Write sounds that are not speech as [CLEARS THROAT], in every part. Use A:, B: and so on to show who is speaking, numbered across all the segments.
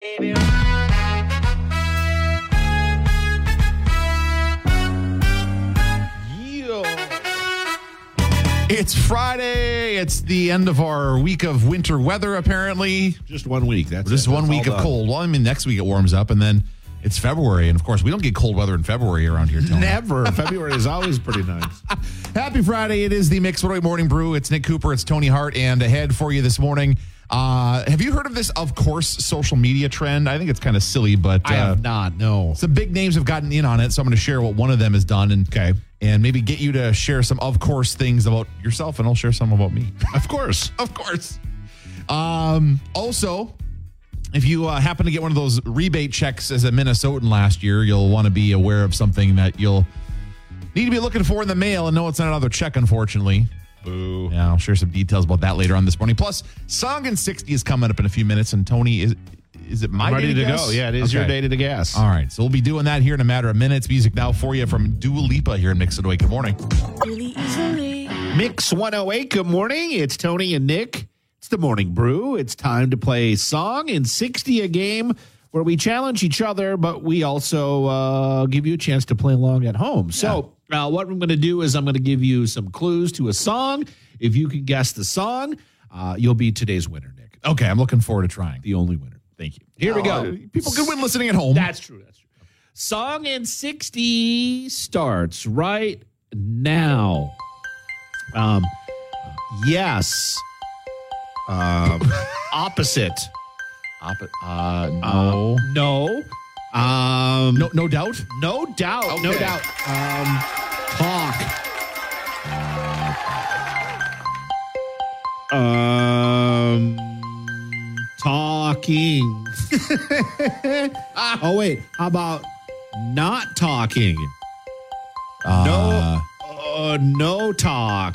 A: baby.
B: It's Friday. It's the end of our week of winter weather, apparently.
C: Just one week. That's
B: Just
C: it.
B: one
C: That's
B: week
C: all
B: of
C: done.
B: cold. Well, I mean, next week it warms up, and then it's February. And of course, we don't get cold weather in February around here. Tony. [LAUGHS]
C: Never. February is always pretty nice.
B: Happy Friday. It is the Mixed Morning Morning Brew. It's Nick Cooper. It's Tony Hart. And ahead for you this morning. Uh, have you heard of this, of course, social media trend? I think it's kind of silly, but
C: I
B: uh,
C: have not. No.
B: Some big names have gotten in on it, so I'm going to share what one of them has done, and
C: Okay.
B: and maybe get you to share some of course things about yourself, and I'll share some about me.
C: Of course.
B: of course. Um, also, if you uh, happen to get one of those rebate checks as a Minnesotan last year, you'll want to be aware of something that you'll need to be looking for in the mail, and no, it's not another check, unfortunately.
C: Boo.
B: Yeah, I'll share some details about that later on this morning. Plus, Song and 60 is coming up in a few minutes, and Tony is. Is it my
C: I'm
B: day
C: ready to
B: guess?
C: go. Yeah, it is your
B: Okay.
C: day to gas.
B: All right, so we'll be doing that here in a matter of minutes. Music now for you from Dua Lipa here in Mix It Away. Good morning.
A: Really easily.
C: Mix 108. Good morning. It's Tony and Nick. It's the morning brew. It's time to play Song in 60, a game where we challenge each other, but we also uh, give you a chance to play along at home. So, uh, what I'm going to do is I'm going to give you some clues to a song. If you can guess the song, uh, you'll be today's winner, Nick.
B: Okay, I'm looking forward to trying.
C: The only winner. Thank you. Here we
B: Uh,
C: go.
B: people could win listening at home.
C: That's true. That's true. Song in 60 starts right now. Um, yes. Um, [LAUGHS] opposite. Oppo- uh,
B: No.
C: no. Um,
B: no, no doubt.
C: no doubt. No
B: Okay.
C: doubt. Um, talk. Uh, um, talking. oh wait, how about not talking?
B: Uh,
C: no, uh, no talk.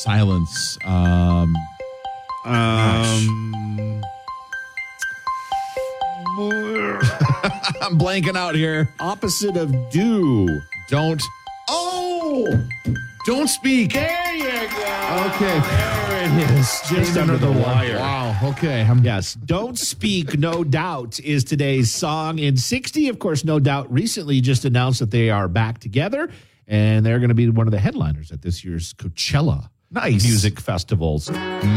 B: silence. Um,
C: Um, more-
B: I'm blanking out here.
C: opposite of do.
B: Don't. Oh, don't speak.
C: There you go.
B: Okay.
C: There it is. Just under the wire.
B: Wow. Okay. I'm
C: Um, Yes. Don't Speak, No Doubt is today's song. In 60, of course, No Doubt recently just announced that they are back together and they're going to be one of the headliners at this year's Coachella
B: Nice.
C: music festivals.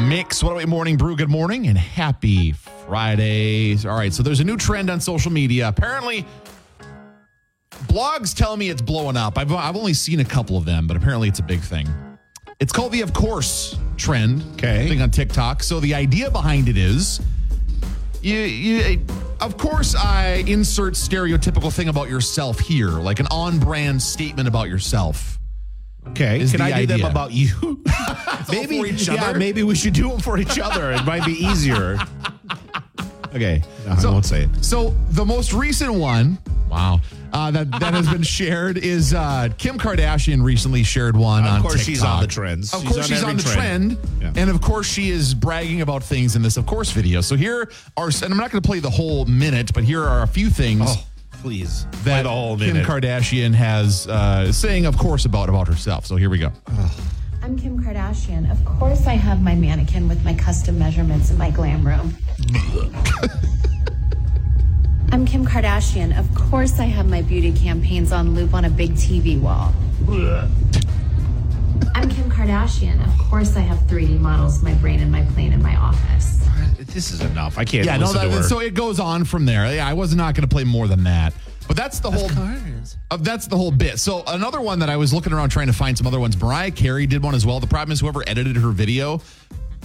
B: Mix What Away Morning Brew. Good morning and happy Fridays. All right, so there's a new trend on social media. Apparently, blogs tell me it's blowing up. I've, I've only seen a couple of them, but apparently it's a big thing. It's called the Of Course trend.
C: Okay.
B: Thing on TikTok. So the idea behind it is you, you, of course, I insert stereotypical thing about yourself here, like an on brand statement about yourself.
C: Okay.
B: Is
C: Can
B: the
C: I do them
B: idea.
C: about [LAUGHS] you?
B: for each
C: yeah,
B: other?
C: maybe we should do them for each other. It might be easier. okay. No, I won't say it.
B: So the most recent one, wow, uh, that that has [LAUGHS] been shared is uh, Kim Kardashian recently shared one
C: Of
B: on
C: course she's
B: TikTok.
C: on the trends.
B: Of
C: She's
B: course
C: on
B: she's on,
C: every
B: the trend,
C: trend. Yeah.
B: and of course she is bragging about things in this of course video. So here are, and I'm not going to play the whole minute, but here are a few things
C: Oh, please.
B: that
C: That all
B: Kim
C: minute.
B: Kardashian has uh, saying, of course, about about herself. So here we go.
D: I'm Kim Kardashian. Of course, I have my mannequin with my custom measurements in my glam
E: [LAUGHS]
D: room. I'm Kim Kardashian. Of course, I have my beauty campaigns on loop on a big TV
E: [LAUGHS]
D: wall. I'm Kim Kardashian. Of course, I have 3D models, my brain, and my plane in my office.
C: this is enough. I can't
B: Yeah, no,
C: listen to her.
B: that, so it goes on from there. Yeah, I was not going to play more than that, but that's the whole. Uh, that's the whole bit. So another one that I was looking around trying to find some other ones. Mariah Carey did one as well. The problem is whoever edited her video,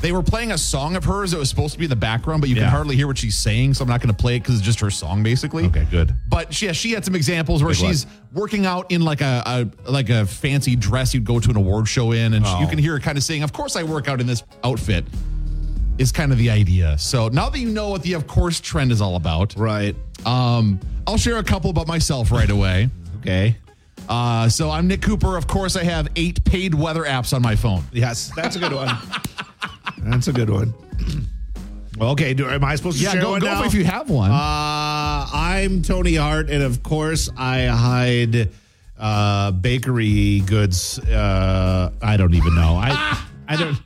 B: they were playing a song of hers that was supposed to be in the background, but you
C: Yeah.
B: can hardly hear what she's saying. So I'm not going to play it because it's just her song, basically.
C: Okay, good.
B: But she, yeah, she had some examples where
C: Like what?
B: she's working out in like a, a like a fancy dress you'd go to an award show in, and she- you
C: Oh.
B: can hear her kind of saying, "Of course I work out in this outfit." Is kind of the idea. So now that you know what the of course trend is all about,
C: right.
B: um, I'll share a couple about myself right away.
C: Okay.
B: Uh, so I'm Nick Cooper. Of course, I have eight paid weather apps on my phone.
C: Yes, that's a good one. [LAUGHS] that's a good one. Okay, do, am I supposed to
B: Yeah,
C: share
B: go,
C: one
B: go
C: now?
B: if you have one.
C: Uh, I'm Tony Hart, and of course, I hide uh, bakery goods. Uh, uh, I don't even know. I, I don't.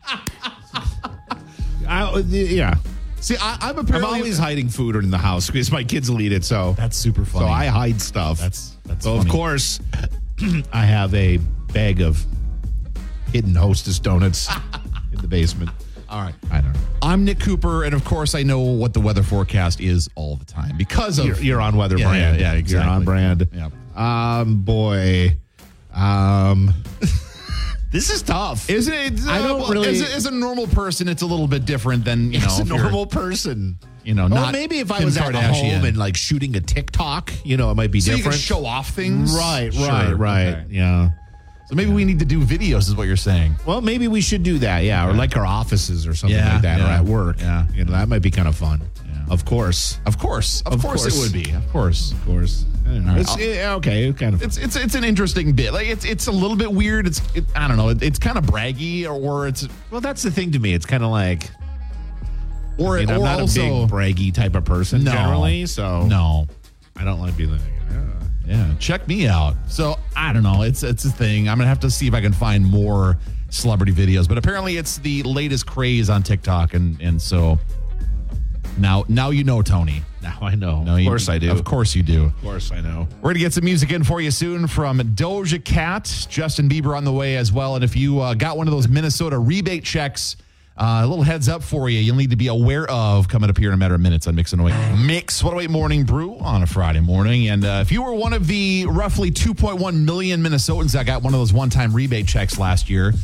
C: I, yeah,
B: Oh, See, I, I'm
C: I'm
B: apparently
C: always hiding food in the house because my kids will eat it. So
B: That's super funny.
C: So I hide stuff.
B: That's- that's
C: so
B: funny.
C: of course [CLEARS THROAT] I have a bag of hidden Hostess
B: [LAUGHS]
C: donuts in the basement.
B: all right.
C: I don't know.
B: I'm Nick Cooper, and of course, I know what the weather forecast is all the time because of
C: You're, you're on weather
B: Yeah,
C: brand.
B: yeah, yeah,
C: You're on
B: exactly.
C: brand.
B: Yeah.
C: Um, boy. Um, uh, this is tough.
B: Isn't it?
C: I don't
B: well,
C: really-
B: As, a- as a normal person, it's a little bit different than you know.
C: It's a
B: if you're-
C: normal person.
B: you know,
C: Or
B: not
C: maybe if I
B: Kim
C: was at
B: Kardashian.
C: home and like shooting a TikTok, you know, it might be
B: so you can
C: different.
B: show off things,
C: right,
B: Sure,
C: right, right.
B: okay.
C: Yeah.
B: So maybe we need to do videos, is what you're saying.
C: Well, maybe we should do that, yeah, or like our offices or something
B: Yeah,
C: like that, or
B: yeah,
C: at work.
B: yeah.
C: you know, that might be kind of fun.
B: Yeah.
C: Of course,
B: Of course, of,
C: Of
B: course, it
C: course.
B: would be. Of course,
C: of course. I don't know.
B: right,
C: It's- eh,
B: I'll-
C: okay, kind of.
B: it's it's it's an interesting bit. Like it's it's a little bit weird. It's it, I don't know. It, it's kind of braggy, or it's
C: well, that's the thing to me. It's kind of like
B: or,
C: I mean,
B: or
C: I'm not
B: also
C: a big braggy type of person
B: No.
C: generally, so
B: no.
C: I don't like being like. "Ah." "Yeah."
B: Yeah, check me out. So I don't know. It's it's a thing. I'm gonna have to see if I can find more celebrity videos. But apparently, it's the latest craze on TikTok, and and so now now you know Tony.
C: Now I know.
B: No,
C: of
B: you-
C: course I do.
B: Of course you do.
C: of course I know.
B: We're gonna get some music in for you soon from Doja Cat, Justin Bieber on the way as well. And if you uh, got one of those Minnesota rebate checks. Uh, a little heads up for you. You'll need to be aware of coming up here in a matter of minutes on Mix and Away. Mix What Away Morning Brew on a Friday morning. And uh, if you were one of the roughly 2.1 million Minnesotans that got one of those one time rebate checks last year, it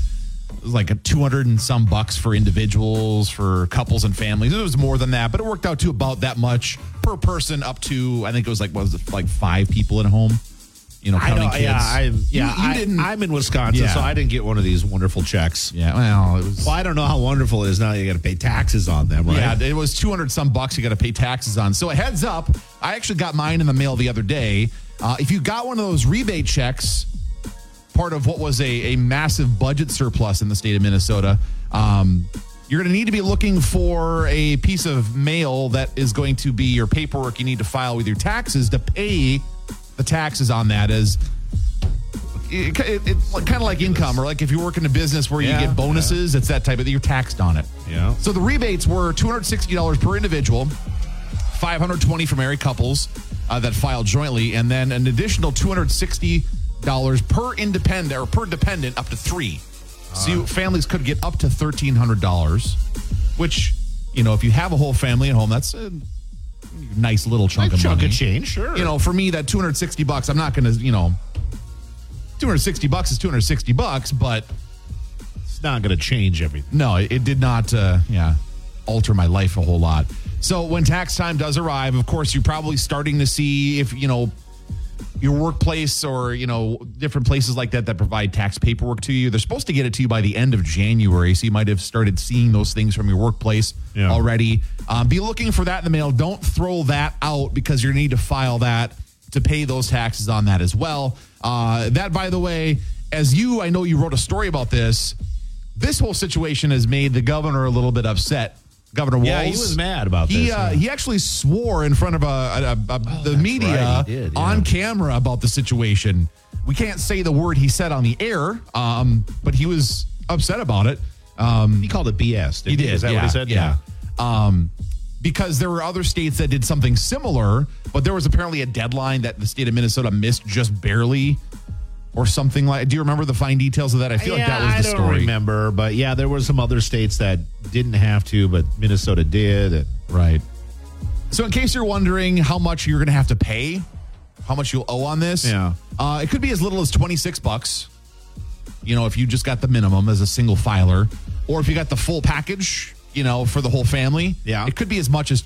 B: was like a 200 and some bucks for individuals, for couples and families. It was more than that, but it worked out to about that much per person up to, I think it was like, what was it, like five people at home? You know, counting kids.
C: Yeah, I, yeah.
B: You- you
C: I,
B: didn't-
C: I'm in Wisconsin,
B: Yeah.
C: so I didn't get one of these wonderful checks.
B: yeah, well, it was.
C: Well, I don't know how wonderful it is now. that You got to pay taxes on them, right?
B: Yeah, it was 200 some bucks you got to pay taxes on. So, a heads up, I actually got mine in the mail the other day. Uh, if you got one of those rebate checks, part of what was a, a massive budget surplus in the state of Minnesota, um, you're going to need to be looking for a piece of mail that is going to be your paperwork you need to file with your taxes to pay the taxes on that as it, it, it's kind of like income or like if you work in a business where
C: Yeah,
B: you get bonuses, it's that type of you're taxed on it.
C: Yeah.
B: So the rebates were two hundred sixty dollars per individual, five hundred twenty for married couples uh, that filed jointly, and then an additional two hundred sixty dollars per independent or per dependent up to three. So
C: Ah.
B: you, families could get up to thirteen hundred dollars, which you know if you have a whole family at home, that's a nice little chunk
C: Nice
B: of
C: chunk
B: money.
C: of change, sure.
B: You know, for me that two hundred sixty bucks, I'm not going to you know. 260 bucks is 260 bucks, but
C: it's not going to change everything.
B: no, it it did not. Uh, yeah, alter my life a whole lot. So when tax time does arrive, of course, you're probably starting to see if you know your workplace or you know different places like that that provide tax paperwork to you. They're supposed to get it to you by the end of January, so you might have started seeing those things from your workplace
C: Yeah.
B: already. Um, be looking for that in the mail. Don't throw that out because you're gonna need to file that to pay those taxes on that as well. Uh, that, by the way, as you, I know you wrote a story about this. This whole situation has made the governor a little bit upset. Governor Walz.
C: Yeah, he was mad about
B: he,
C: this,
B: Uh,
C: yeah. Oh,
B: He actually swore in front of a, a, a- a- the media
C: right, he did, yeah.
B: on camera about the situation. We can't say the word he said on the air, um, but he was upset about it. Um,
C: He called it BS. Didn't he Is that
B: yeah,
C: what he said?
B: Yeah. Um, because there were other states that did something similar, but there was apparently a deadline that the state of Minnesota missed just barely, or something like. Do you remember the fine details of that? I feel like that was the
C: I don't
B: story.
C: remember, but yeah, there were some other states that didn't have to, but Minnesota did. And
B: Right. So, in case you're wondering how much you're going to have to pay, how much you'll owe on this,
C: Yeah.
B: uh, it could be as little as 26 bucks. You know, if you just got the minimum as a single filer, or if you got the full package, you know, for the whole family,
C: Yeah.
B: it could be as much as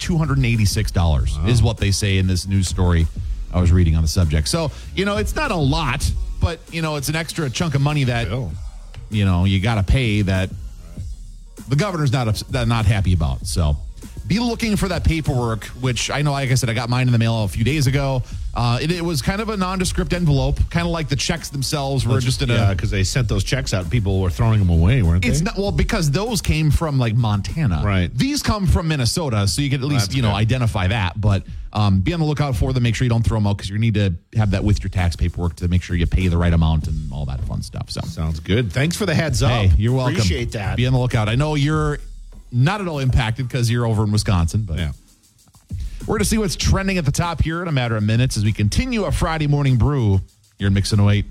B: $286 is what they say in this news story I was reading on the subject. So, you know, it's not a lot, but, you know, it's an extra chunk of money that
C: Oh.
B: you know you got to pay that the governor's not ups- that not happy about. So be looking for that paperwork, which I know, like I said, I got mine in the mail a few days ago. Uh, it, it was kind of a nondescript envelope, kind of like the checks themselves were just in
C: yeah,
B: a.
C: because uh, they sent those checks out. People were throwing them away, weren't they?
B: It's not well because those came from like Montana,
C: Right.
B: These come from Minnesota, so you can at least
C: That's
B: you know
C: good.
B: identify that. But um, be on the lookout for them. Make sure you don't throw them out because you need to have that with your tax paperwork to make sure you pay the right amount and all that fun stuff. So
C: Sounds good. Thanks for the heads up.
B: Hey, you're welcome.
C: Appreciate that.
B: Be on the lookout. I know you're not at all impacted because you're over in Wisconsin. But
F: Yeah.
B: we're going to see what's trending at the top here in a matter of minutes as we continue our Friday morning brew. You're in oh Mix 108.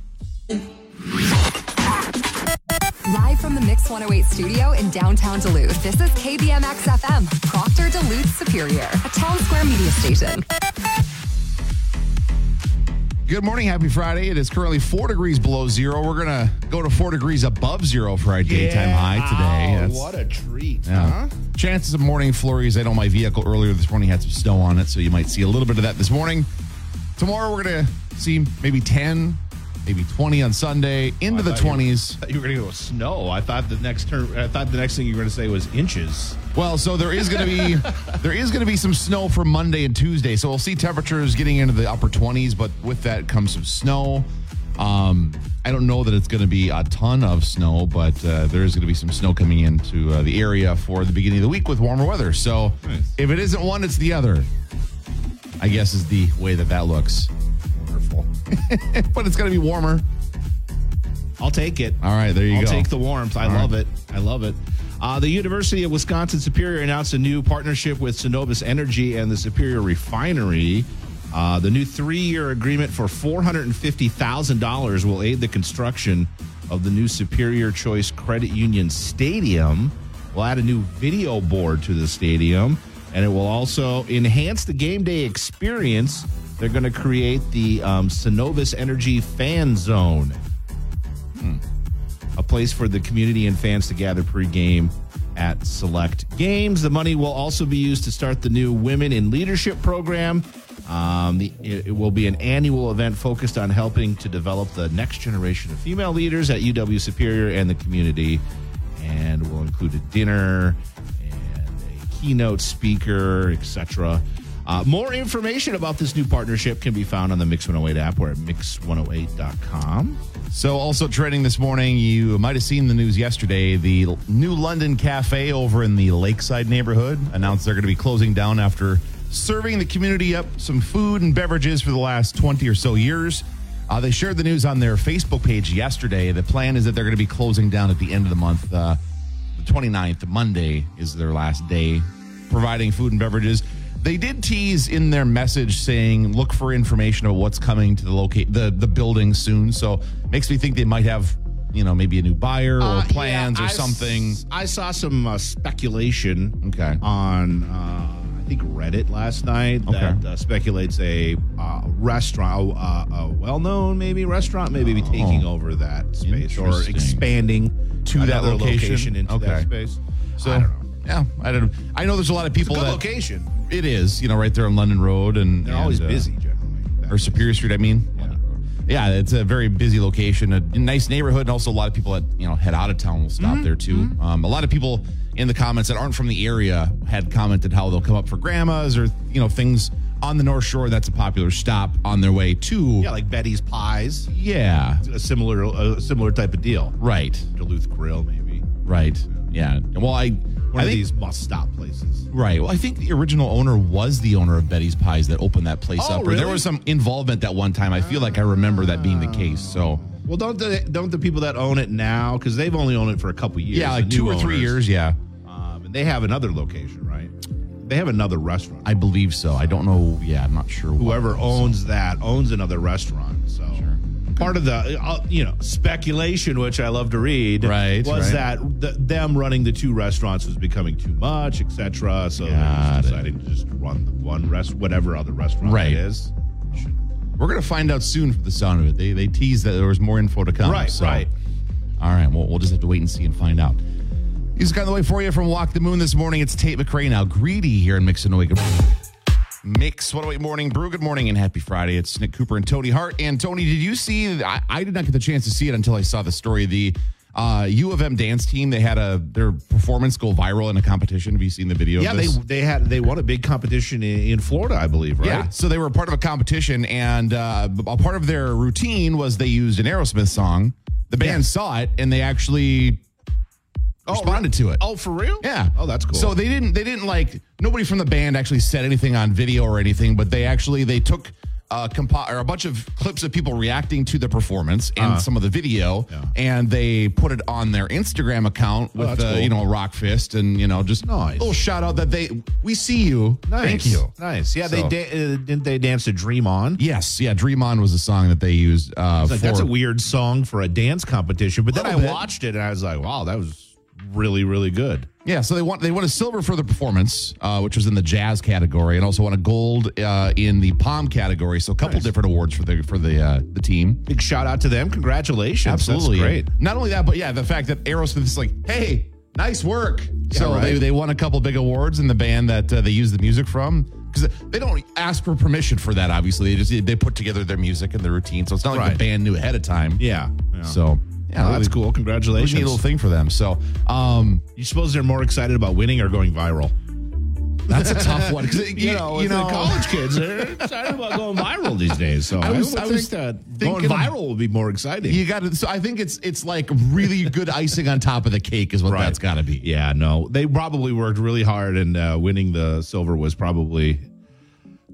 G: Live from the Mix 108 studio in downtown Duluth, this is KBMX FM, Proctor Duluth Superior, a town square media station.
B: Good morning. Happy Friday. It is currently four degrees below zero. We're going to go to four degrees above zero for our daytime high today.
C: Wow,
B: That's-
C: what a treat, huh?
B: Chances of morning flurries. I know my vehicle earlier this morning had some snow on it, so you might see a little bit of that this morning. Tomorrow we're gonna see maybe 10, maybe 20 on Sunday, into the
C: thought you-
B: 20s.
C: You were gonna go snow. I thought the next turn. I thought the next thing you were gonna say was inches.
B: Well, so there is gonna be
C: [LAUGHS]
B: there is gonna be some snow for Monday and Tuesday. So we'll see temperatures getting into the upper 20s, but with that comes some snow. Um, I don't know that it's going to be a ton of snow, but uh, there is going to be some snow coming into uh, the area for the beginning of the week with warmer weather. So
C: Nice.
B: if it isn't one, it's the other. I guess is the way that that looks.
C: Wonderful.
B: [LAUGHS] But it's going to be warmer.
C: I'll take it.
B: All right, there you
C: I'll
B: go.
C: take the warmth. I
B: All
C: love
B: right.
C: it. I love it. Uh, the University of Wisconsin Superior announced a new partnership with Synovus Energy and the Superior Refinery. Uh, the new three-year agreement for four hundred and fifty thousand dollars will aid the construction of the new Superior Choice Credit Union Stadium. We'll add a new video board to the stadium, and it will also enhance the game day experience. They're going to create the um, Synovus Energy Fan Zone a place for the community and fans to gather pregame at select games. The money will also be used to start the new Women in Leadership program. Um, the, it, it will be an annual event focused on helping to develop the next generation of female leaders at UW Superior and the community, and will include a dinner and a keynote speaker, etc. Uh, more information about this new partnership can be found on the Mix 108 app or at mix108.com.
B: So, also trending this morning, you might have seen the news yesterday. The L- new London Cafe over in the Lakeside neighborhood announced they're going to be closing down after serving the community up some food and beverages for the last 20 or so years. Uh, they shared the news on their Facebook page yesterday. The plan is that they're going to be closing down at the end of the month. Uh, the 29th, Monday, is their last day providing food and beverages. They did tease in their message saying, look for information about what's coming to the locate the, the building soon. So makes me think they might have, you know, maybe a new buyer or
C: Uh,
B: plans
C: yeah,
B: or
C: I s-
B: something.
C: I saw some uh, speculation.
B: Okay.
C: On uh, I think Reddit last night that
B: Okay.
C: uh, speculates a uh, restaurant, a, uh, a well-known maybe restaurant, maybe be taking over that space or
B: Interesting.
C: expanding
B: To that
C: another
B: location?
C: into
B: Okay.
C: that space.
B: so
C: I don't know.
B: Yeah, I don't I know there's a lot of people
C: Good
B: that
C: location.
B: it is, you know, right there on London Road and
C: They're
B: and,
C: always
B: uh,
C: busy generally. That
B: or
C: place.
B: Superior Street, I mean.
C: Yeah.
B: Yeah, it's a very busy location, a nice neighborhood, and also a lot of people that you know head out of town will stop
C: Mm-hmm,
B: there too. Um, a lot of people in the comments that aren't from the area had commented how they'll come up for grandmas or you know things on the North Shore. That's a popular stop on their way to.
C: Yeah, like Betty's Pies,
B: yeah,
C: a similar a similar type of deal.
B: right,
C: Duluth Grill, maybe
B: right, yeah. Well, I,
C: one
B: I
C: of
B: think,
C: these must-stop places.
B: Right. Well, I think the original owner was the owner of Betty's Pies that opened that place
C: Oh,
B: up. Or there
C: really?
B: was some involvement that one time. I feel like I remember that being the case. So.
C: Well, don't the, don't the people that own it now because they've only owned it for a couple years.
B: Yeah,
C: the
B: like two
C: new
B: or three
C: owners,
B: years. Yeah,
C: Um, and they have another location, right? They have another restaurant.
B: I believe so. I don't know. Yeah, I'm not sure. what.
C: Whoever owns that owns another restaurant. So part of the uh, you know speculation, which I love to read,
B: Right,
C: was
B: right.
C: that th- them running the two restaurants was becoming too much, etc. So they
B: Got it.
C: just decided to just run the one rest, whatever other restaurant
B: Right.
C: it is.
B: We're gonna find out soon from the sound of it. They they teased that there was more info to come.
C: Right,
B: so-
C: right.
B: All right. Well, we'll just have to wait and see and find out. He's got the way for you from Walk the Moon this morning. It's Tate McRae now. Greedy here in Mix and Wake. Mix 108 Morning Brew. Good morning and happy Friday. It's Nick Cooper and Tony Hart. And Tony, did you see? I, I did not get the chance to see it until I saw the story. The uh, U of M dance team they had a their performance go viral in a competition. Have you seen the video?
C: Yeah,
B: of
C: they
B: this?
C: they had they won a big competition in, in Florida, I believe, right?
B: Yeah. So they were a part of a competition, and uh, a part of their routine was they used an Aerosmith song. The band saw it, and they actually responded to it.
C: Oh, for real?
B: Yeah.
C: Oh, that's cool.
B: So they didn't. They didn't like. Nobody from the band actually said anything on video or anything, but they actually they took a compo- or a bunch of clips of people reacting to the performance and
C: Uh-huh.
B: some of the video, and they put it on their Instagram account with
C: Oh, that's
B: the
C: cool.
B: you know rock fist and you know just
C: Nice.
B: little shout out that they we see you, thank you,
C: Nice. Yeah, they
B: So-
C: da- uh, didn't they dance to Dream On?
B: Yes, yeah, Dream On was the song that they used. Uh,
C: It's like, that's
B: for-
C: a weird song for a dance competition. But then I
B: Little bit.
C: watched it and I was like, wow, that was really, really good.
B: Yeah, so they want they won a silver for the performance, uh, which was in the jazz category, and also won a gold uh, in the palm category. So a couple different awards for the for the uh, the team.
C: Big shout out to them. Congratulations.
B: Absolutely
C: That's great.
B: Not only that, but yeah, the fact that Aerosmith is like, hey, nice work. so
C: right.
B: they, they won a couple big awards in the band that uh, they use the music from because they don't ask for permission for that. Obviously, they just they put together their music and their routine. So it's not like
C: Right.
B: the band knew ahead of time.
C: Yeah. yeah.
B: So yeah,
C: Well, that's
B: really-
C: cool.
B: really
C: Congratulations.
B: neat little thing for them. So um,
C: You suppose they're more excited about winning or going viral?
B: that's a tough [LAUGHS] one 'cause it-
C: You, know, you know,
B: oh,
C: college
B: [LAUGHS]
C: kids are excited about going viral these days. So I,
B: was-
C: would
B: I
C: think
B: was
C: that going
B: thinking of-
C: viral will be more exciting.
B: You got to. So I think it's it's like really good icing on top of the cake is what
C: Right.
B: that's got to be.
C: Yeah, no, they probably worked really hard, and uh, winning the silver was probably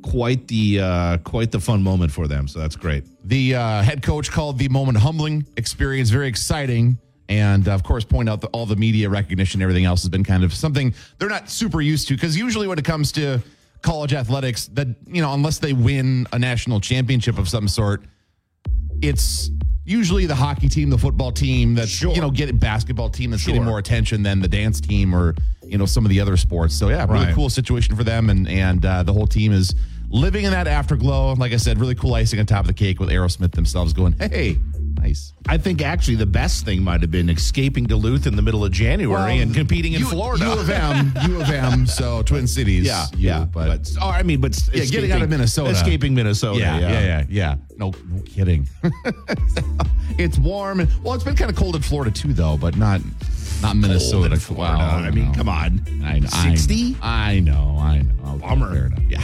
C: quite the uh, quite the fun moment for them. So that's great.
B: The uh, head coach called the moment humbling experience very exciting, and uh, of course, point out that all the media recognition, and everything else has been kind of something they're not super used to because usually when it comes to college athletics, that you know, unless they win a national championship of some sort, it's usually the hockey team, the football team that's
C: Sure.
B: you know getting basketball team that's
C: Sure.
B: getting more attention than the dance team or you know some of the other sports. So yeah, really
C: Right.
B: cool situation for them, and and uh, the whole team is living in that afterglow. Like I said, really cool icing on top of the cake with Aerosmith themselves going, hey, nice.
C: I think actually the best thing might have been escaping Duluth in the middle of January and competing in
B: U-
C: Florida.
B: U of M, U of M, so Twin Cities.
C: yeah,
B: U,
C: yeah,
B: but.
C: but, oh, I mean, but yeah,
B: getting out of Minnesota.
C: escaping Minnesota.
B: yeah, yeah, yeah, yeah. No, no kidding. [LAUGHS] it's warm. and- Well, it's been kind of cold in Florida too, though, but not not
C: Minnesota.
B: Minnesota.
C: Florida.
B: Wow,
C: I mean,
B: no.
C: come on,
B: I, I,
C: sixty.
B: I know, I know. Okay,
C: Bummer.
B: fair enough. Yeah.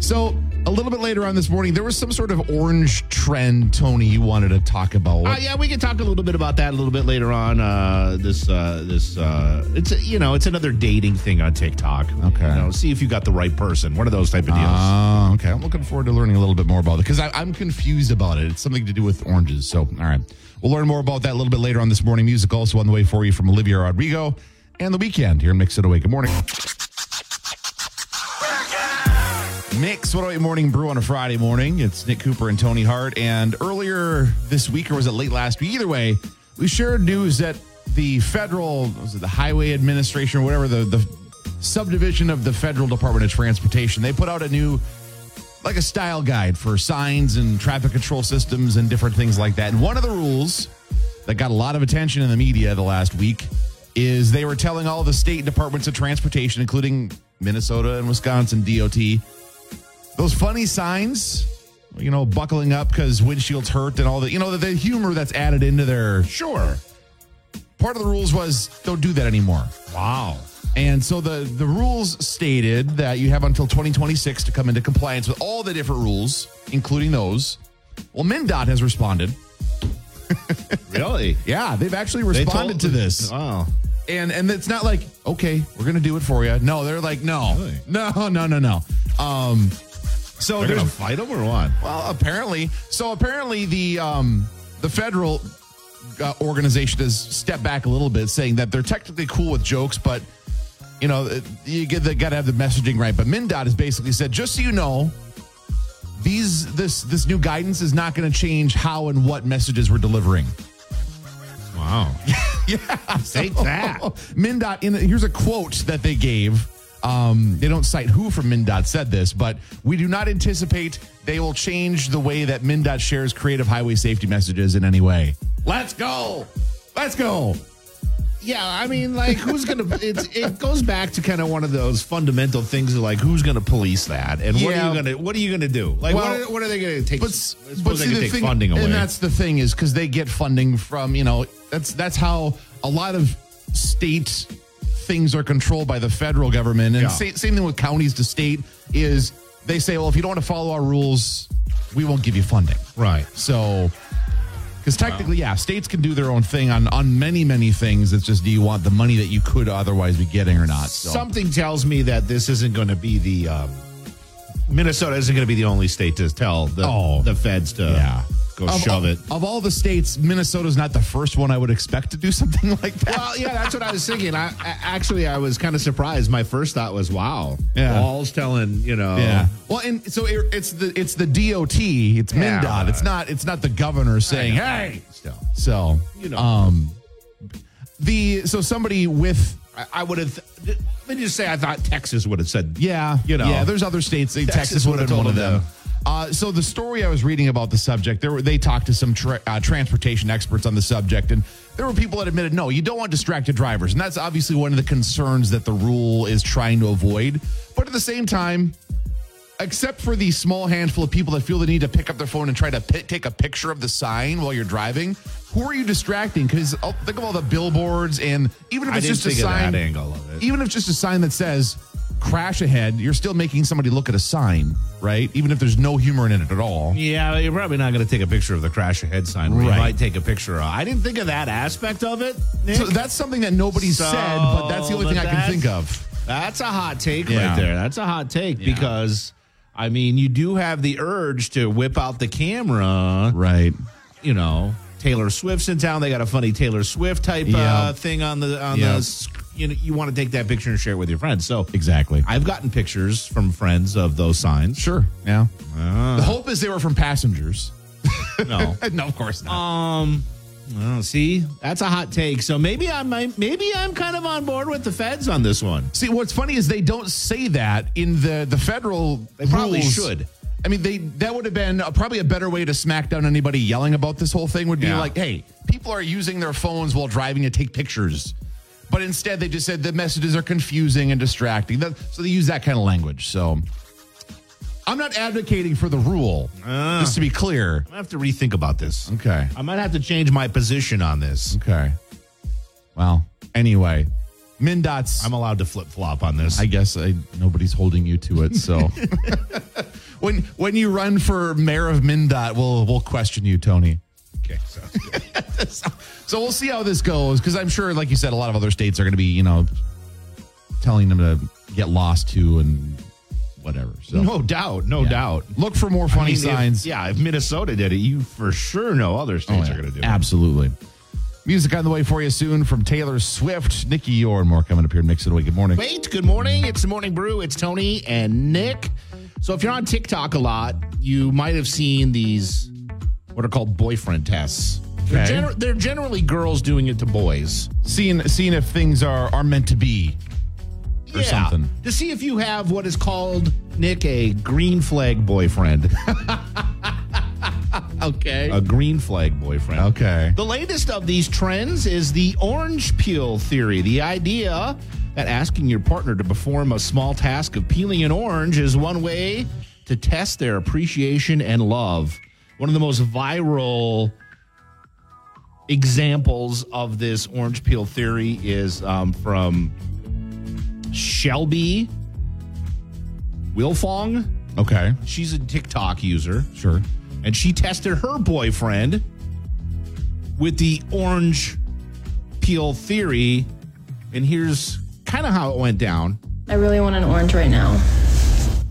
B: So a little bit later on this morning, there was some sort of orange trend, Tony, you wanted to talk about.
C: Uh, yeah, we can talk a little bit about that a little bit later on. Uh, this, uh, this, uh, it's a, you know, it's another dating thing on TikTok.
B: Okay.
C: you know, see if you got the right person. One of those type of deals.
B: [LAUGHS] Oh, okay. I'm looking forward to learning a little bit more about it because I'm confused about it. It's something to do with oranges. So, all right. We'll learn more about that a little bit later on this morning. Music also on the way for you from Olivia Rodrigo and the weekend here in Mix It Away. Good morning. Mix What Away Morning Brew on a Friday morning. It's Nick Cooper and Tony Hart. And earlier this week, or was it late last week? Either way, we shared news that the federal, was it the Highway Administration or whatever, the, the subdivision of the Federal Department of Transportation, they put out a new, like a style guide for signs and traffic control systems and different things like that. And one of the rules that got a lot of attention in the media the last week is they were telling all the state departments of transportation, including Minnesota and Wisconsin DOT, those funny signs, you know, buckling up because windshields hurt and all the, you know, the, the humor that's added into their.
C: Sure.
B: Part of the rules was don't do that anymore.
C: Wow.
B: And so the the rules stated that you have until 2026 to come into compliance with all the different rules, including those. Well, MnDOT has responded.
C: Really?
B: Yeah, they've actually
C: They
B: responded
C: told- Oh,
B: to this.
C: Wow.
B: and and it's not like okay we're gonna do it for you no they're like no
C: Really?
B: no no no no um so
C: They're gonna
B: there's
C: fight them or what?
B: well apparently so apparently the um the federal uh, organization has stepped back a little bit saying that they're technically cool with jokes but you know it- you get the, gotta have the messaging right but mindot has basically said just so you know these this this new guidance is not going to change how and what messages we're delivering [LAUGHS]
C: Wow. Take [LAUGHS] that.
B: MnDOT, in here's a quote that they gave. Um, they don't cite who from MnDOT said this, but we do not anticipate they will change the way that MnDOT shares creative highway safety messages in any way. Let's go. Let's go.
C: Yeah, I mean, like, who's gonna? It's, it goes back to kind of one of those fundamental things, of like, who's gonna police that, and what are
B: Yeah.
C: you gonna? What are you gonna do? Like,
B: Well,
C: what, are, what are they gonna take?
B: But,
C: I suppose
B: but
C: they
B: see,
C: can
B: the
C: take
B: thing,
C: funding away.
B: and that's the thing is because they get funding from you know that's that's how a lot of state things are controlled by the federal government, and
C: Yeah.
B: sa- same thing with counties to state is they say, well, if you don't want to follow our rules, we won't give you funding.
C: right.
B: So, because technically, yeah, states can do their own thing on on many many things. It's just do you want the money that you could otherwise be getting or not? So.
C: Something tells me that this isn't going to be the um, Minnesota isn't going to be the only state to tell the,
B: Oh.
C: the feds to
B: Yeah.
C: go shove it.
B: Of all the states, Minnesota's not the first one I would expect to do [LAUGHS] something like that.
C: Well, yeah, that's what I was thinking. I, I actually I was kind of surprised. My first thought was, "Wow,
B: Yeah.
C: Wall's telling you know,
B: [LAUGHS] Yeah. Well, and so it, it's the it's the DOT, it's
C: Yeah.
B: MnDOT. It's not it's not the governor saying, "Hey."
C: still."
B: So,
C: You know.
B: um the so somebody with
C: I, I would have. Th- let me just say, I thought Texas would have said,
B: yeah,
C: you know,
B: Yeah, there's other states. Texas,
C: Texas
B: would have
C: would've
B: been one of
C: told
B: them.
C: them.
B: Uh, so the story I was reading about the subject, there were they talked to some tra- uh, transportation experts on the subject, and there were people that admitted, no, you don't want distracted drivers, and that's obviously one of the concerns that the rule is trying to avoid. But at the same time, except for the small handful of people that feel the need to pick up their phone and try to pi take a picture of the sign while you're driving, who are you distracting? Because think of all the billboards, and even if
C: I
B: it's
C: didn't
B: just a
C: think of that
B: sign,
C: angle of it.
B: even if just a sign that says "crash ahead," you're still making somebody look at a sign, right? Even if there's no humor in it at all.
C: Yeah, you're probably not going to take a picture of the crash ahead sign. We
B: Right.
C: might take a picture of. I didn't think of that aspect of it. Nick.
B: So that's something that nobody
C: So,
B: said, but that's the only
C: but
B: thing I can
C: that's-
B: think of.
C: That's a hot take
B: Yeah.
C: right there. That's a hot take because I mean, you do have the urge to whip out the camera,
B: Right.
C: you know, Taylor Swift's in town. They got a funny Taylor Swift type
B: Yeah.
C: uh, thing on the on
B: Yeah.
C: the sc- you know you want to take that picture and share it with your friends. So
B: Exactly.
C: I've gotten pictures from friends of those signs.
B: Sure. Yeah.
C: Ah.
B: the hope is they were from passengers. [LAUGHS]
C: No.
B: no, of course not.
C: um well, see, that's a hot take. So maybe I'm maybe I'm kind of on board with the feds on this one.
B: See, what's funny is they don't say that in the the federal. They
C: probably should.
B: I mean, they that would have been a, probably a better way to smack down anybody yelling about this whole thing. Would be
C: Yeah.
B: like, hey, people are using their phones while driving to take pictures, but instead they just said the messages are confusing and distracting. That, so they use that kind of language. So I'm not advocating for the rule,
C: Ah.
B: just to be clear.
C: I have to rethink about this.
B: Okay.
C: I might have to change my position on this.
B: Okay. Well, anyway, MnDOT's.
C: I'm allowed to flip flop on this.
B: I guess I, nobody's holding you to it. So [LAUGHS] when when you run for mayor of MnDOT, we'll we'll question you, Tony.
C: okay, sounds good.
B: [LAUGHS] So we'll see how this goes because I'm sure, like you said, a lot of other states are going to be, you know, telling them to get lost to and whatever. So
C: no doubt, no
B: yeah.
C: doubt.
B: Look for more funny
C: I mean, if-
B: signs.
C: yeah, if Minnesota did it, you for sure know other
B: Oh,
C: states
B: yeah.
C: are going to do it.
B: Absolutely. Music on the way for you soon from Taylor Swift, Nikki Yore, and more coming up here in Mix It Away. Good morning.
C: Wait, good morning. It's the Morning Brew. It's Tony and Nick. So if you're on TikTok a lot, you might have seen these what are called boyfriend tests. They're,
B: Okay.
C: gener- they're generally girls doing it to boys.
B: Seeing seeing if things are are meant to be. Or something.
C: To see if you have what is called, Nick, a green flag boyfriend. [LAUGHS]
B: Okay.
C: a green flag boyfriend.
B: Okay.
C: The latest of these trends is the orange peel theory, the idea that asking your partner to perform a small task of peeling an orange is one way to test their appreciation and love. One of the most viral examples of this orange peel theory is um, from Shelby Wilfong.
B: Okay.
C: She's a TikTok user
B: Sure.
C: and she tested her boyfriend with the orange peel theory. And here's kind of how it went down.
H: I really want an orange right now.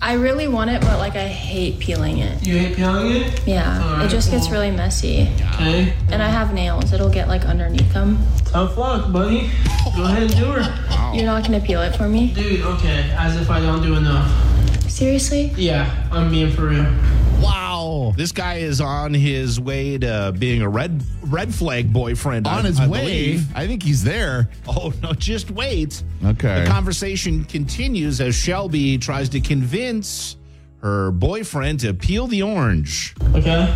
H: I really want it, but like I hate peeling it.
I: You hate peeling it?
H: Yeah, it just gets really messy.
I: Okay.
H: And I have nails, it'll get like underneath them.
I: Tough luck, buddy. Go ahead and do her.
H: You're not gonna peel it for me?
I: Dude, okay. As if I don't do enough.
H: Seriously?
I: Yeah, I'm being for real.
C: Wow. This guy is on his way to being a red red flag boyfriend. I-
B: On his
C: I
B: way.
C: believe.
B: I think he's there.
C: Oh no, just wait.
B: Okay.
C: The conversation continues as Shelby tries to convince her boyfriend to peel the orange.
I: Okay?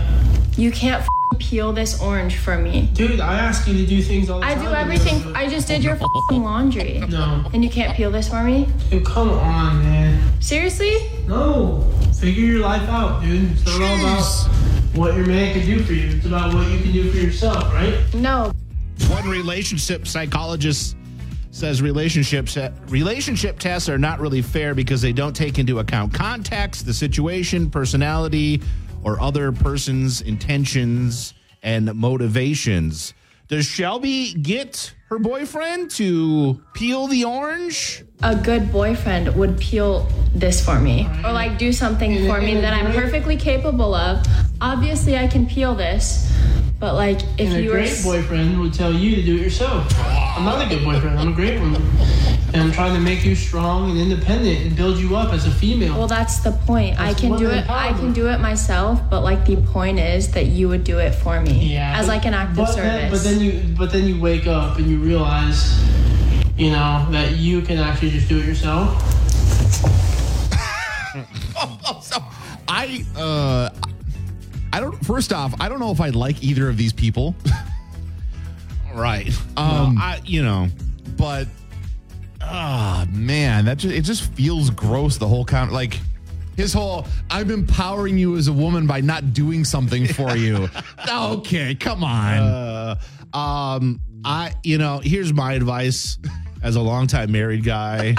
H: You can't f- peel this orange for me.
I: Dude, I ask you to do things all the
H: I
I: time.
H: do everything, I just did your f***ing laundry.
I: No.
H: And you can't peel this for me?
I: Dude, come on, man.
H: Seriously?
I: No. Figure your life out, dude. It's not all
B: Jeez.
I: about what your man can do for you. It's about what you can do for yourself, right?
H: No.
C: One relationship psychologist says relationships relationship tests are not really fair because they don't take into account context, the situation, personality, or other person's intentions and motivations. Does Shelby get her boyfriend to peel the
B: [LAUGHS]
C: orange?
H: A good boyfriend would peel this for me or like do
I: [LAUGHS]
H: something for me that I'm perfectly capable of. Obviously, I can peel this, but like if
I: And a
H: you were.
I: great
H: s-
I: boyfriend would tell you to do it yourself. I'm not a good boyfriend. I'm a great one, and I'm trying to make you strong and independent and build you up as a female.
H: Well, that's the point. I
I: That's
H: can do
I: women
H: it. I can
I: empowerment.
H: do it myself, but like the point is that you would do it for me as
I: but-
H: like an act of
I: but
H: service.
I: Then, but then you, but then you wake up and you realize, you know, that you can actually just do it yourself.
B: Oh, So I uh I don't first off, I don't know if I'd like either of these people, [LAUGHS]
C: Right.
B: Um,
C: Um, I, you know,
B: but ah man, that just it just feels gross the whole con like his whole I'm empowering you as a woman by not doing something
C: [LAUGHS]
B: for you. okay, come on.
C: uh, um, I, you know, here's my advice as a longtime married
B: [LAUGHS]
C: guy.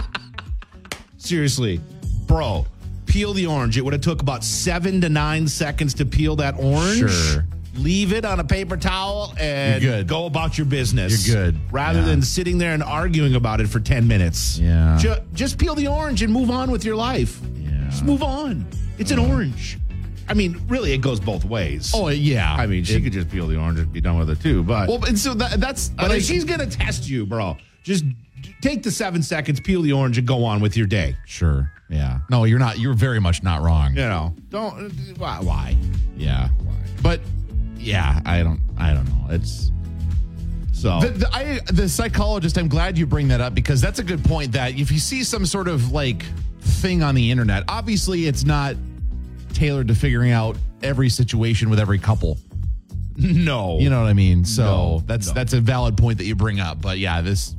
C: Seriously, bro, peel the orange. It would have took about seven to nine seconds to peel that orange.
B: Sure.
C: Leave it on a paper towel and
B: You're good.
C: go about your business.
B: You're good.
C: Rather
B: Yeah.
C: than sitting there and arguing about it for 10 minutes.
B: Yeah.
C: Ju- just peel the orange and move on with your life.
B: Yeah.
C: Just move on. It's an orange. I mean, really, it goes both ways.
B: oh yeah.
C: I mean, she
B: It-
C: could just peel the orange and be done with it too. But
B: Well, and so that, that's
C: but
B: like-
C: if she's gonna test you, bro, just d- take the seven seconds, peel the orange, and go on with your day.
B: sure. Yeah. No, you're not you're very much not wrong.
C: You know, don't why. why?
B: Yeah.
C: But
B: Yeah, I don't I don't know. It's
C: so
B: The, the, I, the psychologist, I'm glad you bring that up because that's a good point. That if you see some sort of like thing on the internet, obviously it's not tailored to figuring out every situation with every couple.
C: [LAUGHS] no,
B: You know what I mean? So
C: No,
B: that's
C: no.
B: that's a valid point that you bring up. But yeah, this.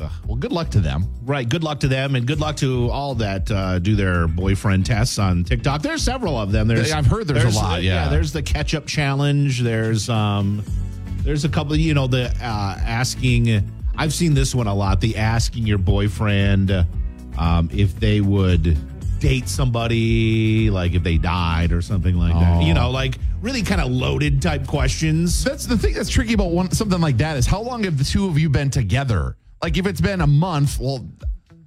B: ugh, well, good luck to them.
C: right. Good luck to them, and good luck to all that uh, do their boyfriend tests on TikTok. There's several of them. There's
B: I've heard there's a lot, yeah.
C: there's the catch up challenge. There's um, there's a couple. You know, the uh, asking. I've seen this one a lot. The asking your boyfriend um, if they would date somebody, like if they died or something like that.
B: Oh.
C: You know, like really kind of loaded type questions.
B: That's the thing that's tricky about one, something like that is how long have the two of you been together? Like if it's been a month, well,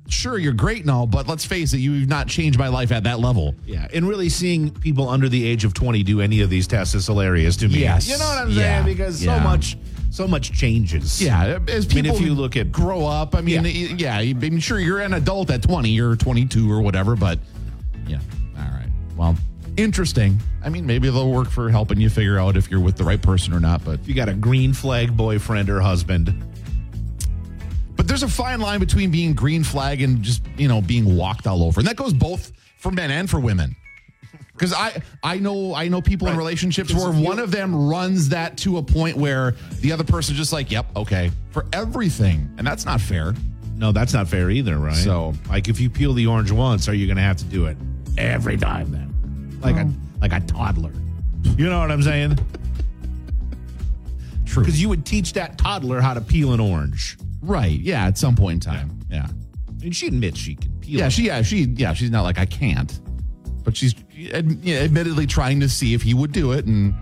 B: sure you're great and all, but let's face it, you've not changed my life at that level.
C: Yeah, and really seeing people under the age of 20 do any of these tests is hilarious to me.
B: Yes.
C: You know what I'm
B: Yeah.
C: saying? Because
B: Yeah.
C: so much so much changes.
B: Yeah, as
C: I mean,
B: people
C: if you look at-
B: grow up, I mean,
C: Yeah.
B: y- yeah, I mean, sure, you're an adult at 20 or 22 or whatever, but yeah, all right. Well, interesting. I mean, maybe they'll work for helping you figure out if you're with the right person or not. But
C: If you got a green flag boyfriend or husband,
B: but there's a fine line between being green flag and just you know being walked all over, and that goes both for men and for women. Because I I know I know people in
C: Right.
B: relationships
C: Because
B: where
C: if you-
B: one of them runs that to a point where the other person's just like, yep, okay, for everything, and that's not fair.
C: no, that's not fair either, right?
B: So-
C: like if you peel the orange once, are you going to have to do it every time then? Like a like a toddler. You know what I'm saying?
B: True.
C: Cuz you would teach that toddler how to peel an orange.
B: Right. Yeah. At some point in time. Yeah.
C: And she admits she can peel.
B: Yeah.
C: it.
B: she. Yeah. She. Yeah. She's not like I can't, but she's ad- yeah, admittedly trying to see if he would do it, and